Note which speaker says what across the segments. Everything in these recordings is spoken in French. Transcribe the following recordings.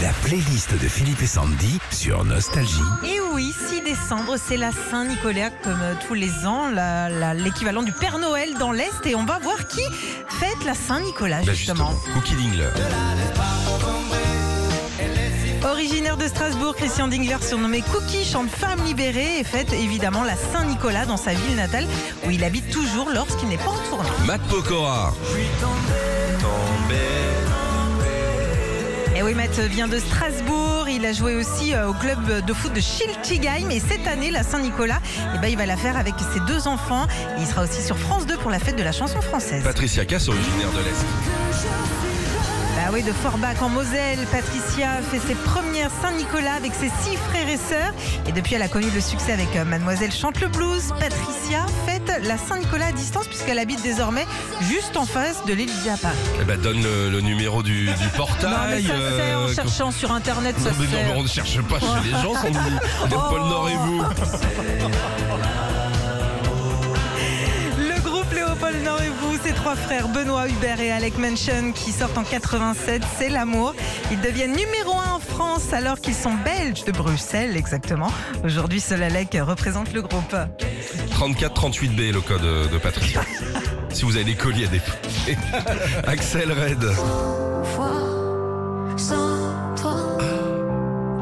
Speaker 1: La playlist de Philippe et Sandy sur Nostalgie.
Speaker 2: Et oui, 6 décembre, c'est la Saint-Nicolas comme euh, tous les ans, la- la- l'équivalent du Père Noël dans l'Est. Et on va voir qui fête la Saint-Nicolas,
Speaker 1: Bah
Speaker 2: justement.
Speaker 1: Cookie Dingler.
Speaker 2: Originaire de Strasbourg, Christian Dingler, surnommé Cookie, chante Femme libérée et fête évidemment la Saint-Nicolas dans sa ville natale, où il habite toujours lorsqu'il n'est pas en tournée.
Speaker 1: Matt Pokora.
Speaker 2: Et oui, Matt vient de Strasbourg. Il a joué aussi euh, au club de foot de Schiltigheim. Et cette année, la Saint-Nicolas, eh ben, il va la faire avec ses deux enfants. Et il sera aussi sur France 2 pour la fête de la chanson française.
Speaker 1: Patricia Cass, originaire de l'Est.
Speaker 2: Bah oui, de Forbach en Moselle, Patricia fait ses premières Saint-Nicolas avec ses six frères et sœurs. Et depuis, elle a connu le succès avec euh, Mademoiselle Chante le Blues. Patricia fête la Saint-Nicolas à distance puisqu'elle habite désormais juste en face de l'Élysée à Paris.
Speaker 3: Eh ben, donne le, le numéro du, du portail.
Speaker 2: non, mais ça se fait en
Speaker 3: euh,
Speaker 2: cherchant sur Internet,
Speaker 3: Non,
Speaker 2: ça
Speaker 3: mais
Speaker 2: se
Speaker 3: non,
Speaker 2: fait.
Speaker 3: mais on ne cherche pas chez les gens, on dit.
Speaker 2: Oh.
Speaker 3: Paul Nord et vous.
Speaker 2: Le groupe Léopold Nord et vous, ses trois frères Benoît, Hubert et Alec Mansion qui sortent en 87, c'est l'amour. Ils deviennent numéro un en France alors qu'ils sont belges de Bruxelles, exactement. Aujourd'hui, seul Alec représente le groupe.
Speaker 3: 3438B, le code euh, de Patricia. si vous avez des colis à déposer. Axel Red.
Speaker 4: Sans toi,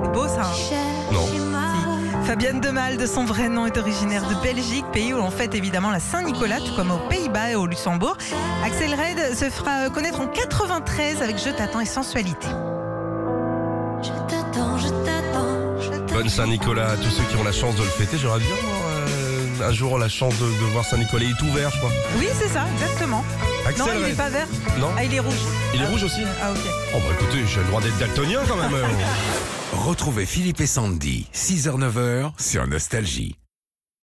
Speaker 2: C'est beau ça. hein
Speaker 3: Non.
Speaker 2: Fabienne Demal, de son vrai nom, est originaire de Belgique, pays où on fête évidemment la Saint-Nicolas, tout comme aux Pays-Bas et au Luxembourg. Axel Red se fera connaître en 93 avec Je t'attends et Sensualité.
Speaker 4: Je t'attends, je t'attends, je t'attends.
Speaker 3: Bonne Saint-Nicolas à tous ceux qui ont la chance de le fêter. J'aurais bien euh, un jour la chance de, de voir Saint-Nicolas. Il est ouvert, je crois.
Speaker 2: Oui, c'est ça, exactement.
Speaker 3: Axel
Speaker 2: Non, il n'est
Speaker 3: Red.
Speaker 2: pas vert.
Speaker 3: Non,
Speaker 2: Ah, il est rouge.
Speaker 3: il est rouge aussi.
Speaker 2: Ah, ok.
Speaker 3: Oh bah écoutez, j'ai le droit d'être daltonien quand même.
Speaker 1: Retrouvez Philippe et Sandy, 6h-9h sur Nostalgie.